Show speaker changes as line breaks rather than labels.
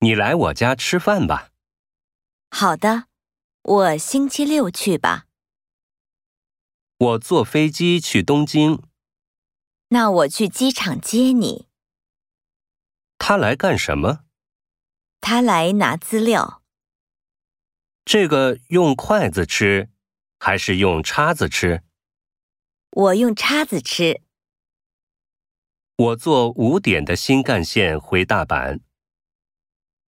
你来我家吃饭吧。
好的，我星期六去吧。
我坐飞机去东京，
那我去机场接你。
他来干什么？
他来拿资料，
这个用筷子吃，还是用叉子吃？
我用叉子吃。
我坐五点的新干线回大阪，